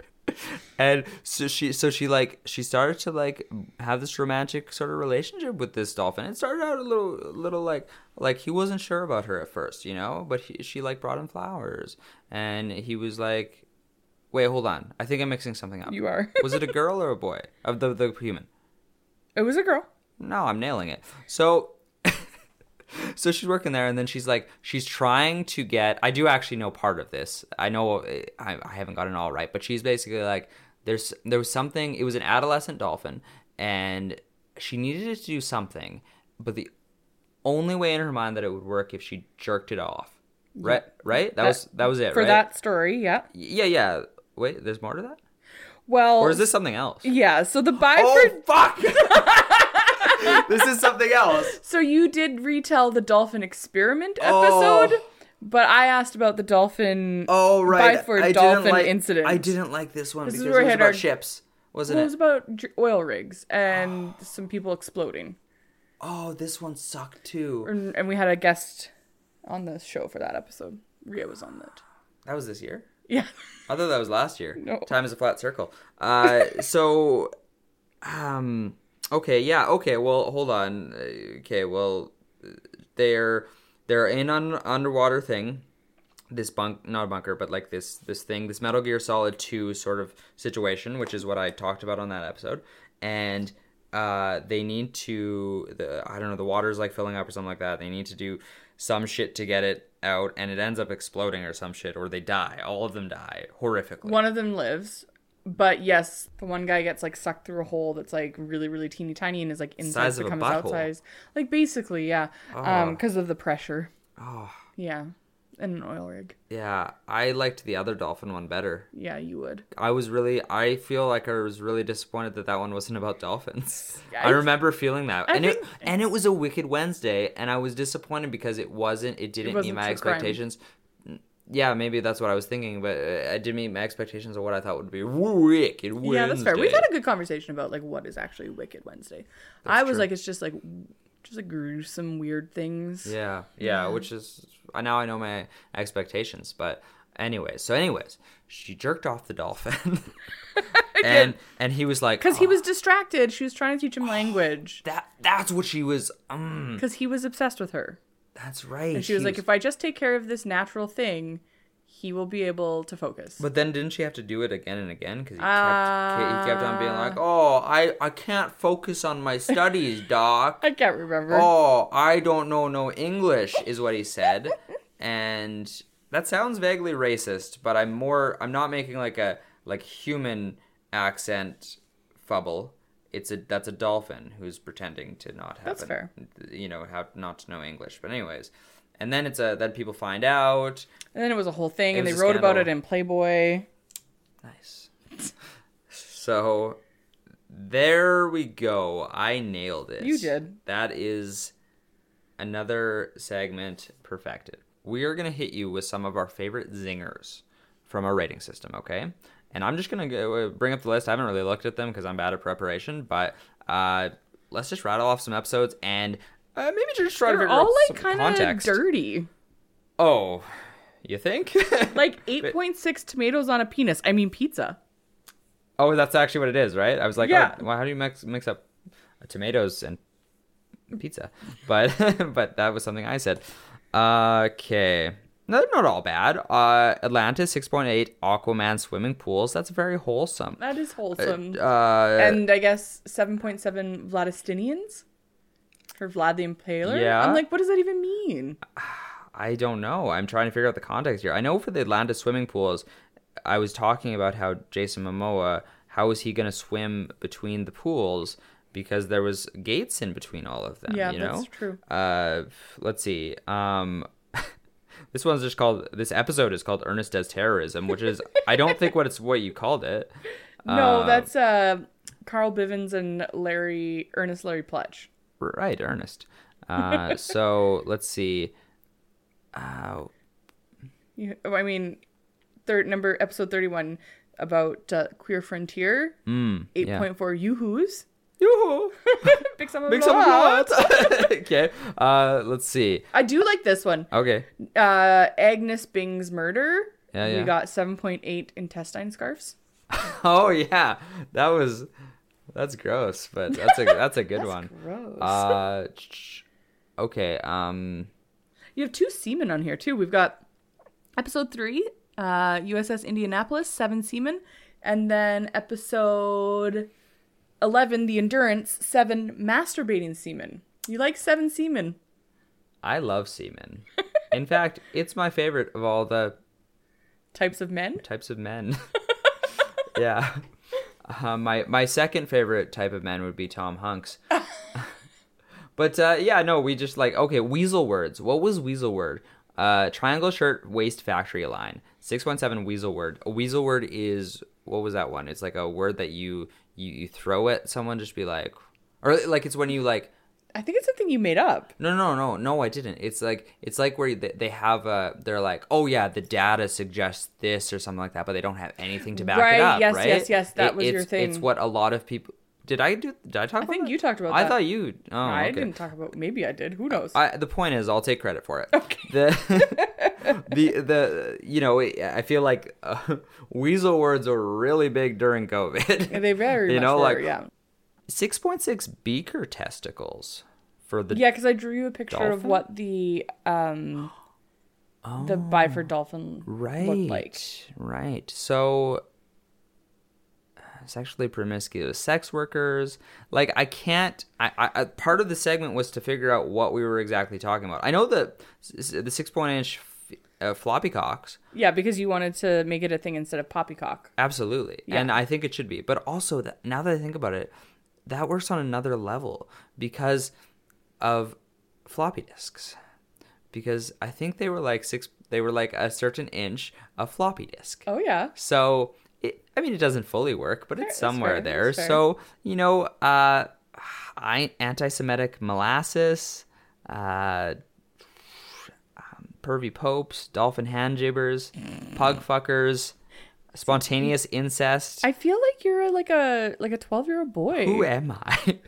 Speaker 2: and so she, so she like, she started to like have this romantic sort of relationship with this dolphin. It started out a little, little like, like he wasn't sure about her at first, you know. But he, she like brought him flowers, and he was like, Wait, hold on. I think I'm mixing something up.
Speaker 3: You are.
Speaker 2: was it a girl or a boy? Of the the human.
Speaker 3: It was a girl.
Speaker 2: No, I'm nailing it. So so she's working there and then she's like she's trying to get I do actually know part of this. I know uh, I, I haven't gotten it all right, but she's basically like there's there was something it was an adolescent dolphin and she needed to do something, but the only way in her mind that it would work if she jerked it off. Right right? That, was that was it,
Speaker 3: For
Speaker 2: right?
Speaker 3: that story, yeah.
Speaker 2: Yeah, yeah. Wait, there's more to that?
Speaker 3: Well,
Speaker 2: Or is this something else?
Speaker 3: yeah. So the Byford.
Speaker 2: Oh fuck. this is something else.
Speaker 3: So you did retell the dolphin experiment
Speaker 2: Oh.
Speaker 3: episode, but I asked about the dolphin.
Speaker 2: Oh right,
Speaker 3: Byford
Speaker 2: I
Speaker 3: dolphin
Speaker 2: didn't like,
Speaker 3: incident.
Speaker 2: I didn't like this one
Speaker 3: This is
Speaker 2: because
Speaker 3: where
Speaker 2: it
Speaker 3: I
Speaker 2: was
Speaker 3: had
Speaker 2: about
Speaker 3: our-
Speaker 2: ships, wasn't
Speaker 3: Well, it was
Speaker 2: it?
Speaker 3: about dr- oil rigs and some people exploding,
Speaker 2: Oh, this one sucked too.
Speaker 3: and and we had a guest on the show for that episode. Ria was on that.
Speaker 2: That was this year.
Speaker 3: Yeah.
Speaker 2: I thought that was last year.
Speaker 3: No.
Speaker 2: Time is a flat circle. Uh, so, um, okay, yeah, okay. Well, hold on. Uh, Okay, well, uh, they're they're in an underwater thing. This bunk, not a bunker, but like this this thing, this Metal Gear Solid Two sort of situation, which is what I talked about on that episode, and. Uh, they need to the I don't know the water's like filling up or something like that. They need to do some shit to get it out, and it ends up exploding or some shit, or they die. All of them die horrifically.
Speaker 3: One of them lives, but yes, the one guy gets like sucked through a hole that's like really, really teeny tiny and is like inside
Speaker 2: Size of a
Speaker 3: becomes
Speaker 2: butthole.
Speaker 3: outside. Like basically, yeah, Um 'cause because of the pressure.
Speaker 2: Oh.
Speaker 3: Yeah, and an oil rig.
Speaker 2: Yeah, I liked the other dolphin one better.
Speaker 3: Yeah, you would.
Speaker 2: I was really, I feel like I was really disappointed that that one wasn't about dolphins.
Speaker 3: Yeah,
Speaker 2: I
Speaker 3: I-
Speaker 2: remember feeling that, and it
Speaker 3: think-
Speaker 2: and it was a Wicked Wednesday, and I was disappointed because it wasn't, it didn't
Speaker 3: wasn't
Speaker 2: meet my
Speaker 3: true crime.
Speaker 2: expectations. N- Yeah, maybe that's what I was thinking, but uh, I didn't meet my expectations of what I thought would be Wicked Wednesday.
Speaker 3: Yeah, that's fair. We've had a good conversation about like what is actually Wicked Wednesday. I was
Speaker 2: true.
Speaker 3: like, it's just like, just like gruesome, weird things.
Speaker 2: Yeah, yeah, which is I- now I know my expectations, but Anyways, so anyways, she jerked off the dolphin. and and he was like "Oh,
Speaker 3: Because he was distracted. She was trying to teach him language.
Speaker 2: that that's what she was um
Speaker 3: Because he was obsessed with her.
Speaker 2: that's right.
Speaker 3: And she was like, if I just take care of this natural thing, he will be able to focus.
Speaker 2: But then didn't she have to do it again and again because he, kept he kept on being
Speaker 3: Ah.
Speaker 2: like, "Oh, I I can't focus on my studies, doc.
Speaker 3: I can't remember.
Speaker 2: Oh, I don't know no English," is what he said, and that sounds vaguely racist. But I'm more I'm not making like a like human accent fubble. It's a that's a dolphin who's pretending to not have
Speaker 3: That's
Speaker 2: an-
Speaker 3: fair.
Speaker 2: you know how not to know English. But anyways, and then it's a then people find out.
Speaker 3: And then it was a whole thing,
Speaker 2: It
Speaker 3: and they
Speaker 2: was a
Speaker 3: wrote about it
Speaker 2: scandal.
Speaker 3: in Playboy.
Speaker 2: Nice. so there we go. I nailed it.
Speaker 3: You did.
Speaker 2: That is another segment perfected. We are going to hit you with some of our favorite zingers from our rating system, okay? And I'm just going to go uh, bring up the list. I haven't really looked at them because I'm bad at preparation, but uh, let's just rattle off some episodes and uh, maybe just try to
Speaker 3: They're
Speaker 2: figure
Speaker 3: all
Speaker 2: out
Speaker 3: like
Speaker 2: some
Speaker 3: kind of
Speaker 2: context.
Speaker 3: dirty.
Speaker 2: Oh, you think?
Speaker 3: Like 8.6 tomatoes on a penis. I mean, pizza.
Speaker 2: Oh, that's actually what it is, right? I was like,
Speaker 3: Yeah.
Speaker 2: oh, well, how do you mix mix up tomatoes and pizza? But but that was something I said. Okay. No, they're not all bad. Uh, Atlantis, 6.8. Aquaman, swimming pools. That's very wholesome.
Speaker 3: That is wholesome.
Speaker 2: Uh,
Speaker 3: and I guess 7.7 Vladistinians for Vlad the Impaler.
Speaker 2: Yeah. Uh,
Speaker 3: I'm like, what does that even mean?
Speaker 2: I don't know. I'm trying to figure out the context here. I know for the Atlantis swimming pools, I was talking about how Jason Momoa, how is he going to swim between the pools because there was gates in between all of them.
Speaker 3: Yeah,
Speaker 2: you know?
Speaker 3: that's true.
Speaker 2: Uh, let's see. Um, this one's just called. This episode is called "Ernest Does Terrorism," which is I don't think what it's what you called it.
Speaker 3: No, that's uh, Carl Bivens and Larry, Ernest Larry Pletch.
Speaker 2: Right, Ernest. Uh, so let's see. Uh,
Speaker 3: You, I mean, third number episode 31 about uh, Queer Frontier.
Speaker 2: Hmm, yeah.
Speaker 3: 8.4 Yoo-Hoos.
Speaker 2: yoo-hoo.
Speaker 3: Big sum of
Speaker 2: Big sum of
Speaker 3: applause.
Speaker 2: applause. okay. Uh, let's see.
Speaker 3: I do like this one.
Speaker 2: Okay.
Speaker 3: uh Agnes Bing's murder.
Speaker 2: Yeah,
Speaker 3: We
Speaker 2: yeah.
Speaker 3: got 7.8 intestine scarves.
Speaker 2: Oh yeah, that was that's gross, but that's a that's a good one.
Speaker 3: Gross.
Speaker 2: Uh, ch- okay. Um,
Speaker 3: you have two seamen on here too. We've got episode 3, uh USS Indianapolis, 7 seamen, and then episode 11, The Endurance, 7 masturbating seamen. You like 7 seamen.
Speaker 2: I love semen. In fact, it's my favorite of all the
Speaker 3: Types of men?
Speaker 2: types of men. yeah. Uh, my my second favorite type of man would be Tom Hunks. but uh, yeah, no, we just like okay, weasel words. What was weasel word? Uh, triangle shirt waist factory line. Six one seven weasel word. A weasel word is what was that one? It's like a word that you you, you throw at someone, just be like, or like it's when you like
Speaker 3: I think it's something you made up.
Speaker 2: no, no, no, no, I didn't. It's like it's like where they they have a they're like, oh yeah, the data suggests this or something like that, but they don't have anything to back
Speaker 3: Right,
Speaker 2: it up.
Speaker 3: yes,
Speaker 2: right?
Speaker 3: yes, yes, that was your
Speaker 2: it's- It's
Speaker 3: thing.
Speaker 2: what a lot of people. Did I do? Did I talk? about
Speaker 3: think
Speaker 2: that?
Speaker 3: you talked about
Speaker 2: I
Speaker 3: that.
Speaker 2: thought you. Oh,
Speaker 3: I
Speaker 2: okay.
Speaker 3: didn't talk about maybe I did. Who knows?
Speaker 2: I, the point is, I'll take credit for it. Okay. The, the, the, you know, I feel like uh, weasel words were really big during COVID.
Speaker 3: they very
Speaker 2: you
Speaker 3: much
Speaker 2: know,
Speaker 3: were,
Speaker 2: like
Speaker 3: yeah.
Speaker 2: six point six beaker testicles for the
Speaker 3: Yeah, because I drew you a picture of
Speaker 2: dolphin? Oh.
Speaker 3: what the um the Byford dolphin
Speaker 2: right
Speaker 3: looked like.
Speaker 2: right so uh, sexually promiscuous sex workers like i can't I, I I- part of the segment was to figure out what we were exactly talking about i know the s- the six point inch f- uh, floppy cocks
Speaker 3: Yeah, because you wanted to make it a thing instead of poppycock.
Speaker 2: absolutely and i think it should be but also that now that i think about it that works on another level because of floppy disks because i think they were like six they were like a certain inch of floppy disk
Speaker 3: Oh yeah.
Speaker 2: So, it, I mean, it doesn't fully work, but it's
Speaker 3: Fair- that's
Speaker 2: somewhere
Speaker 3: fair,
Speaker 2: there.
Speaker 3: that's fair.
Speaker 2: So, you know, uh, I, anti-Semitic molasses, uh, um, pervy popes, dolphin hand jibbers, pug fuckers, spontaneous incest.
Speaker 3: I feel like you're like a like a twelve year old boy.
Speaker 2: Who am I?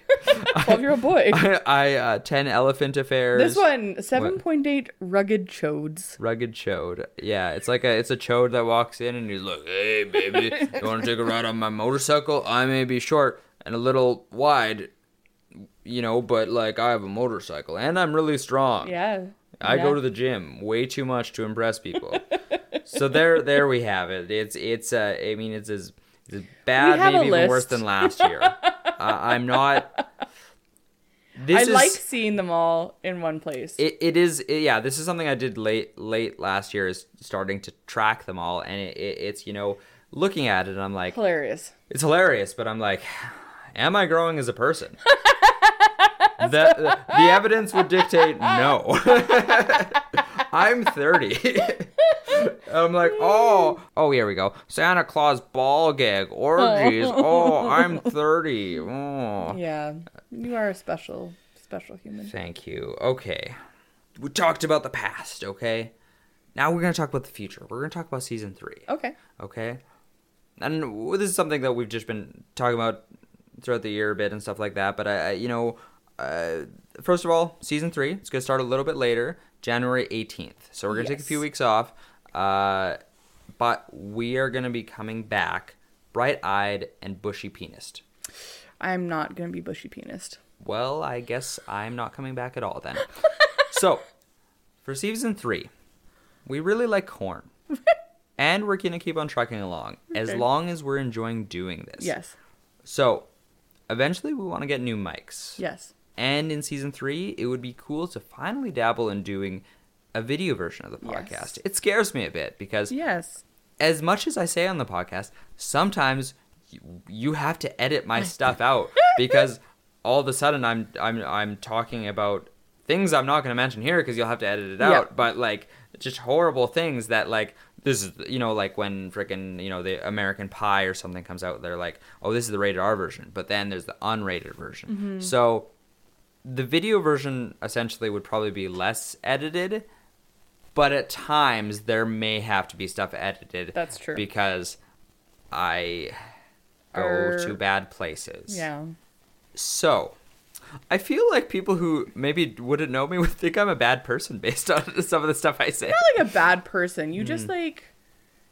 Speaker 3: Twelve year old boy.
Speaker 2: I uh, ten elephant affairs.
Speaker 3: This one, seven point eight rugged chodes.
Speaker 2: Rugged chode. Yeah, it's like a it's a chode that walks in and he's like, "Hey, baby, you want to take a ride on my motorcycle? I may be short and a little wide, you know, but like I have a motorcycle and I'm really strong.
Speaker 3: Yeah.
Speaker 2: I
Speaker 3: Yeah.
Speaker 2: go to the gym way too much to impress people. so there, there we have it. It's it's. Uh, I mean, it's as, it's as bad,
Speaker 3: have a
Speaker 2: maybe even worse
Speaker 3: list.
Speaker 2: than last year. uh, I'm not. This
Speaker 3: I
Speaker 2: is,
Speaker 3: like seeing them all in one place.
Speaker 2: it, it is it- yeah this is something i did late late last year is starting to track them all and it, it, it's you know looking at it and i'm like
Speaker 3: Hilarious.
Speaker 2: it's hilarious but i'm like am i growing as a person the, the, the evidence would dictate no i'm 30 i'm like oh oh here we go santa claus ball gag orgies oh i'm 30 oh.
Speaker 3: Yeah, you are a special, special human.
Speaker 2: Thank you. Okay. We talked about the past, okay? Now we're going to talk about the future. We're going to talk about season three,
Speaker 3: Okay.
Speaker 2: okay? And w- this is something that we've just been talking about throughout the year a bit and stuff like that. But, I, I- you know, uh, first of all, season three, it's going to start a little bit later, January 18th. So we're going to take a few
Speaker 3: Yes.
Speaker 2: weeks off. Uh, but we are going to be coming back bright eyed and bushy penised.
Speaker 3: I'm not gonna be bushy penised.
Speaker 2: Well, I guess I'm not coming back at all then. so, for season three, we really like corn. and we're going to keep on trucking along as long as we're enjoying doing this.
Speaker 3: Yes.
Speaker 2: So, eventually, we want to get new mics.
Speaker 3: Yes.
Speaker 2: And in season three, it would be cool to finally dabble in doing a video version of the podcast.
Speaker 3: Yes.
Speaker 2: It scares me a bit because
Speaker 3: Yes.
Speaker 2: as much as I say on the podcast, sometimes you, you have to edit my stuff out because all of a sudden I'm I'm I'm talking about things I'm not going to mention here because you'll have to edit it
Speaker 3: Yeah.
Speaker 2: out. But like just horrible things that like this is you know like when freaking you know the American Pie or something comes out, they're like, oh, this is the rated R version, but then there's the unrated version.
Speaker 3: Mm-hmm.
Speaker 2: So the video version essentially would probably be less edited but at times there may have to be stuff edited
Speaker 3: That's true.
Speaker 2: because i go
Speaker 3: Or-
Speaker 2: to bad places
Speaker 3: Er, Yeah.
Speaker 2: so i feel like people who maybe wouldn't know me would think i'm a bad person based on some of the stuff i say
Speaker 3: Not like a bad person. You just
Speaker 2: Mm-hmm.
Speaker 3: like,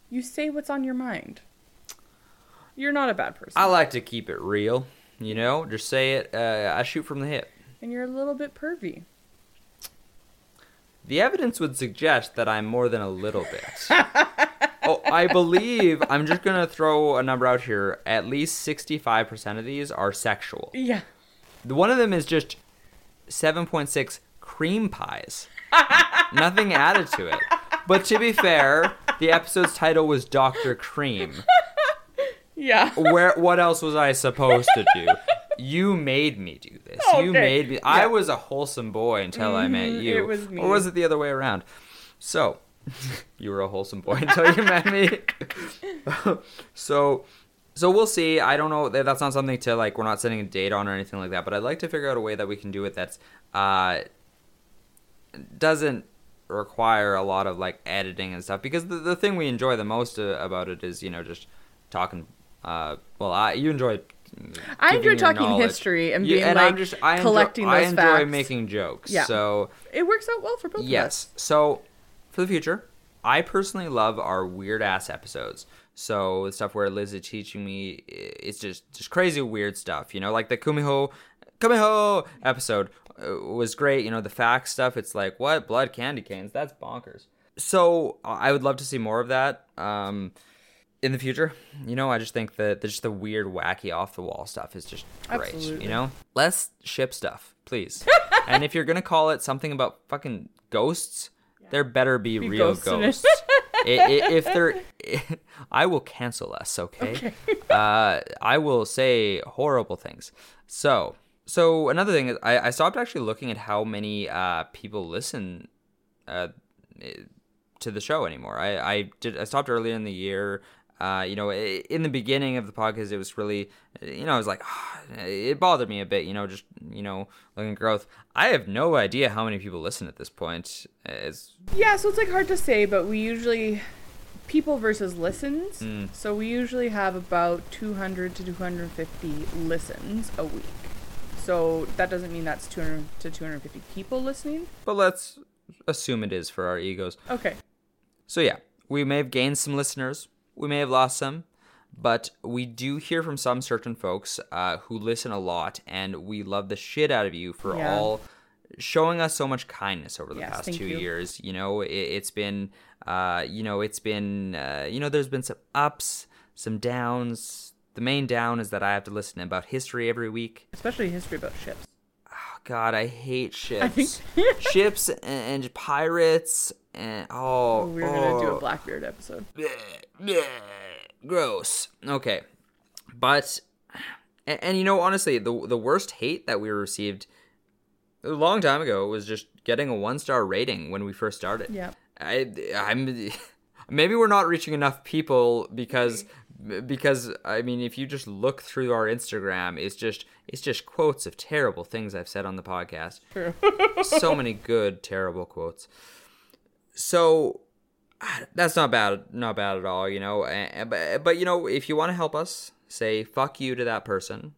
Speaker 3: you say what's on your mind. You're not a bad person,
Speaker 2: i like to keep it real you know just say it uh, i shoot from the hip
Speaker 3: and you're a little bit pervy.
Speaker 2: The evidence would suggest that I'm more than a little bit. oh, I believe I'm just gonna throw a number out here. At least 65% of these are sexual.
Speaker 3: Yeah.
Speaker 2: One of them is just 7.6 cream pies. Nothing added to it. But to be fair, the episode's title was Doctor Cream.
Speaker 3: Yeah.
Speaker 2: Where? What else was I supposed to do? You made me do this. You
Speaker 3: Okay.
Speaker 2: made me. I was a wholesome boy until I met you.
Speaker 3: Mm-hmm, it was me.
Speaker 2: Or was it the other way around? So, you were a wholesome boy until you met me. so, so we'll see. I don't know. that- That's not something to like. We're not setting a date on or anything like that. But I'd like to figure out a way that we can do it that's uh, doesn't require a lot of like editing and stuff because the, the thing we enjoy the most uh, about it is you know just talking uh well i you enjoy
Speaker 3: I
Speaker 2: giving
Speaker 3: enjoy
Speaker 2: your
Speaker 3: talking
Speaker 2: knowledge.
Speaker 3: history and
Speaker 2: You-
Speaker 3: being
Speaker 2: and
Speaker 3: like
Speaker 2: I'm just, I
Speaker 3: collecting
Speaker 2: enjoy,
Speaker 3: those
Speaker 2: i enjoy
Speaker 3: facts.
Speaker 2: making jokes
Speaker 3: Yeah.
Speaker 2: so
Speaker 3: It works out well for both of us.
Speaker 2: yes so for the future i personally love our weird ass episodes so the stuff where liz is teaching me i- it's just just crazy weird stuff you know like the kumiho kumiho episode uh, was great you know the fact stuff it's like what blood candy canes that's bonkers so i I would love to see more of that um in the future you know i just think that the, just the weird wacky off the wall stuff is just great
Speaker 3: Absolutely.
Speaker 2: you know less ship stuff please and if you're gonna call it something about fucking ghosts there better be, real
Speaker 3: ghosts in it.
Speaker 2: ghosts I- I- if there i will cancel us okay, uh, i will say horrible things so so another thing is i, I stopped actually looking at how many uh, people listen uh, to the show anymore. I, I did I stopped earlier in the year. Uh, you know, i- in the beginning of the podcast, it was really, you know, I was like, it bothered me a bit. You know, just you know, looking at growth. I have no idea how many people listen at this point. It's
Speaker 3: Yeah, so it's like hard to say, but we usually people versus listens.
Speaker 2: Hmm.
Speaker 3: So we usually have about 200 to 250 listens a week. So that doesn't mean that's 200 to 250 people listening.
Speaker 2: But let's assume it is for our egos.
Speaker 3: Okay.
Speaker 2: So yeah, we may have gained some listeners, we may have lost some, but we do hear from some certain folks uh, who listen a lot, and we love the shit out of you for
Speaker 3: Yeah.
Speaker 2: all showing us so much kindness over the
Speaker 3: Yes,
Speaker 2: past
Speaker 3: thank
Speaker 2: two
Speaker 3: you.
Speaker 2: years. You know, it, it's been, uh, you know, it's been, uh, you know, there's been some ups, some downs. The main down is that I have to listen about history every week.
Speaker 3: Especially history about ships.
Speaker 2: God, I hate ships. ships and, and pirates and oh,
Speaker 3: We were going to do
Speaker 2: oh,
Speaker 3: a Blackbeard episode.
Speaker 2: bleh, bleh, gross. Okay, but and, and you know honestly, the the worst hate that we received a long time ago was just getting a one star rating when we first started.
Speaker 3: Yeah.
Speaker 2: I I'm maybe we're not reaching enough people because because I mean if you just look through our Instagram it's just it's just quotes of terrible things I've said on the podcast. True. so many good terrible quotes. So ah, that's not bad not bad at all, you know. And, but eh, but you know if you want to help us say fuck you to that person,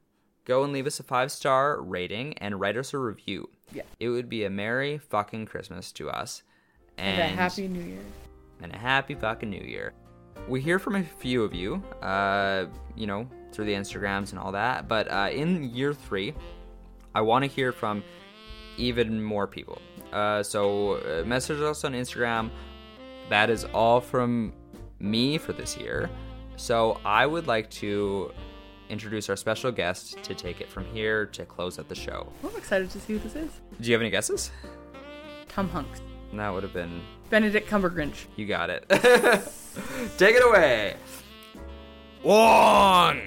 Speaker 2: go and leave us a five star rating and write us a review.
Speaker 3: Yeah.
Speaker 2: It would be a merry fucking Christmas to us
Speaker 3: And, a happy new year.
Speaker 2: and a happy fucking new year. We hear from a few of you, uh, you know, through the Instagrams and all that. But uh, in year three, I want to hear from even more people. Uh, so uh, message us on Instagram. That is all from me for this year. So I would like to introduce our special guest to take it from here to close out the show.
Speaker 3: Well, I'm excited to see who this is.
Speaker 2: Do you have any guesses?
Speaker 3: Tom Hunks.
Speaker 2: That would have been
Speaker 3: Benedict Cumbergrinch.
Speaker 2: You got it. Take it away. Wong!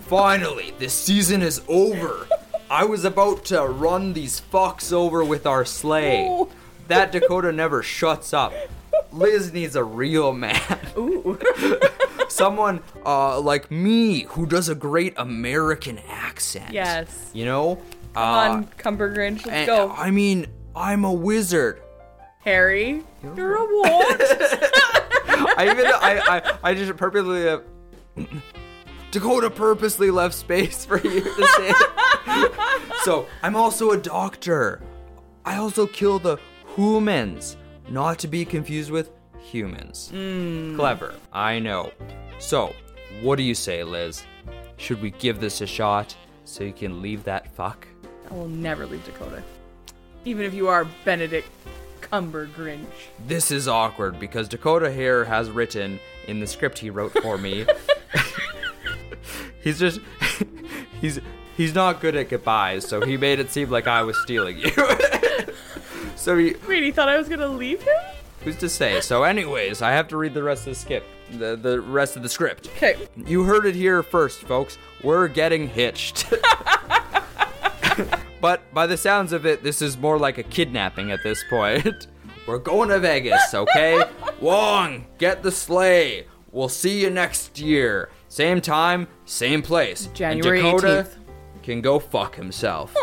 Speaker 2: Finally, this season is over. I was about to run these fucks over with our sleigh.
Speaker 3: Oh.
Speaker 2: That Dakota never shuts up. Liz needs a real man.
Speaker 3: Ooh.
Speaker 2: Someone uh, like me who does a great American accent.
Speaker 3: Yes.
Speaker 2: You know?
Speaker 3: on Cumbergrinch. Let's
Speaker 2: Uh, and-
Speaker 3: go.
Speaker 2: I mean, I'm a wizard.
Speaker 3: Harry, you're a wolf.
Speaker 2: I even I, I I just purposely uh, Dakota purposely left space for you to say. it. so I'm also a doctor. I also kill the humans, not to be confused with humans. Clever, I know. So, what do you say, Liz? Should we give this a shot so you can leave that fuck?
Speaker 3: I will never leave Dakota. Even if you are Benedict Cumbergrinch.
Speaker 2: This is awkward because Dakota here has written in the script he wrote for me. he's just he's he's not good at goodbyes, so he made it seem like I was stealing you. so he,
Speaker 3: Wait, he thought I was gonna leave him?
Speaker 2: who's to say? So anyways, I have to read the rest of the skip the, the rest of the script.
Speaker 3: Okay.
Speaker 2: You heard it here first, folks. We're getting hitched. but by the sounds of it, this is more like a kidnapping at this point. We're going to Vegas, okay? Wong, get the sleigh. We'll see you next year. Same time, same place.
Speaker 3: January
Speaker 2: and Dakota
Speaker 3: 18th.
Speaker 2: can go fuck himself.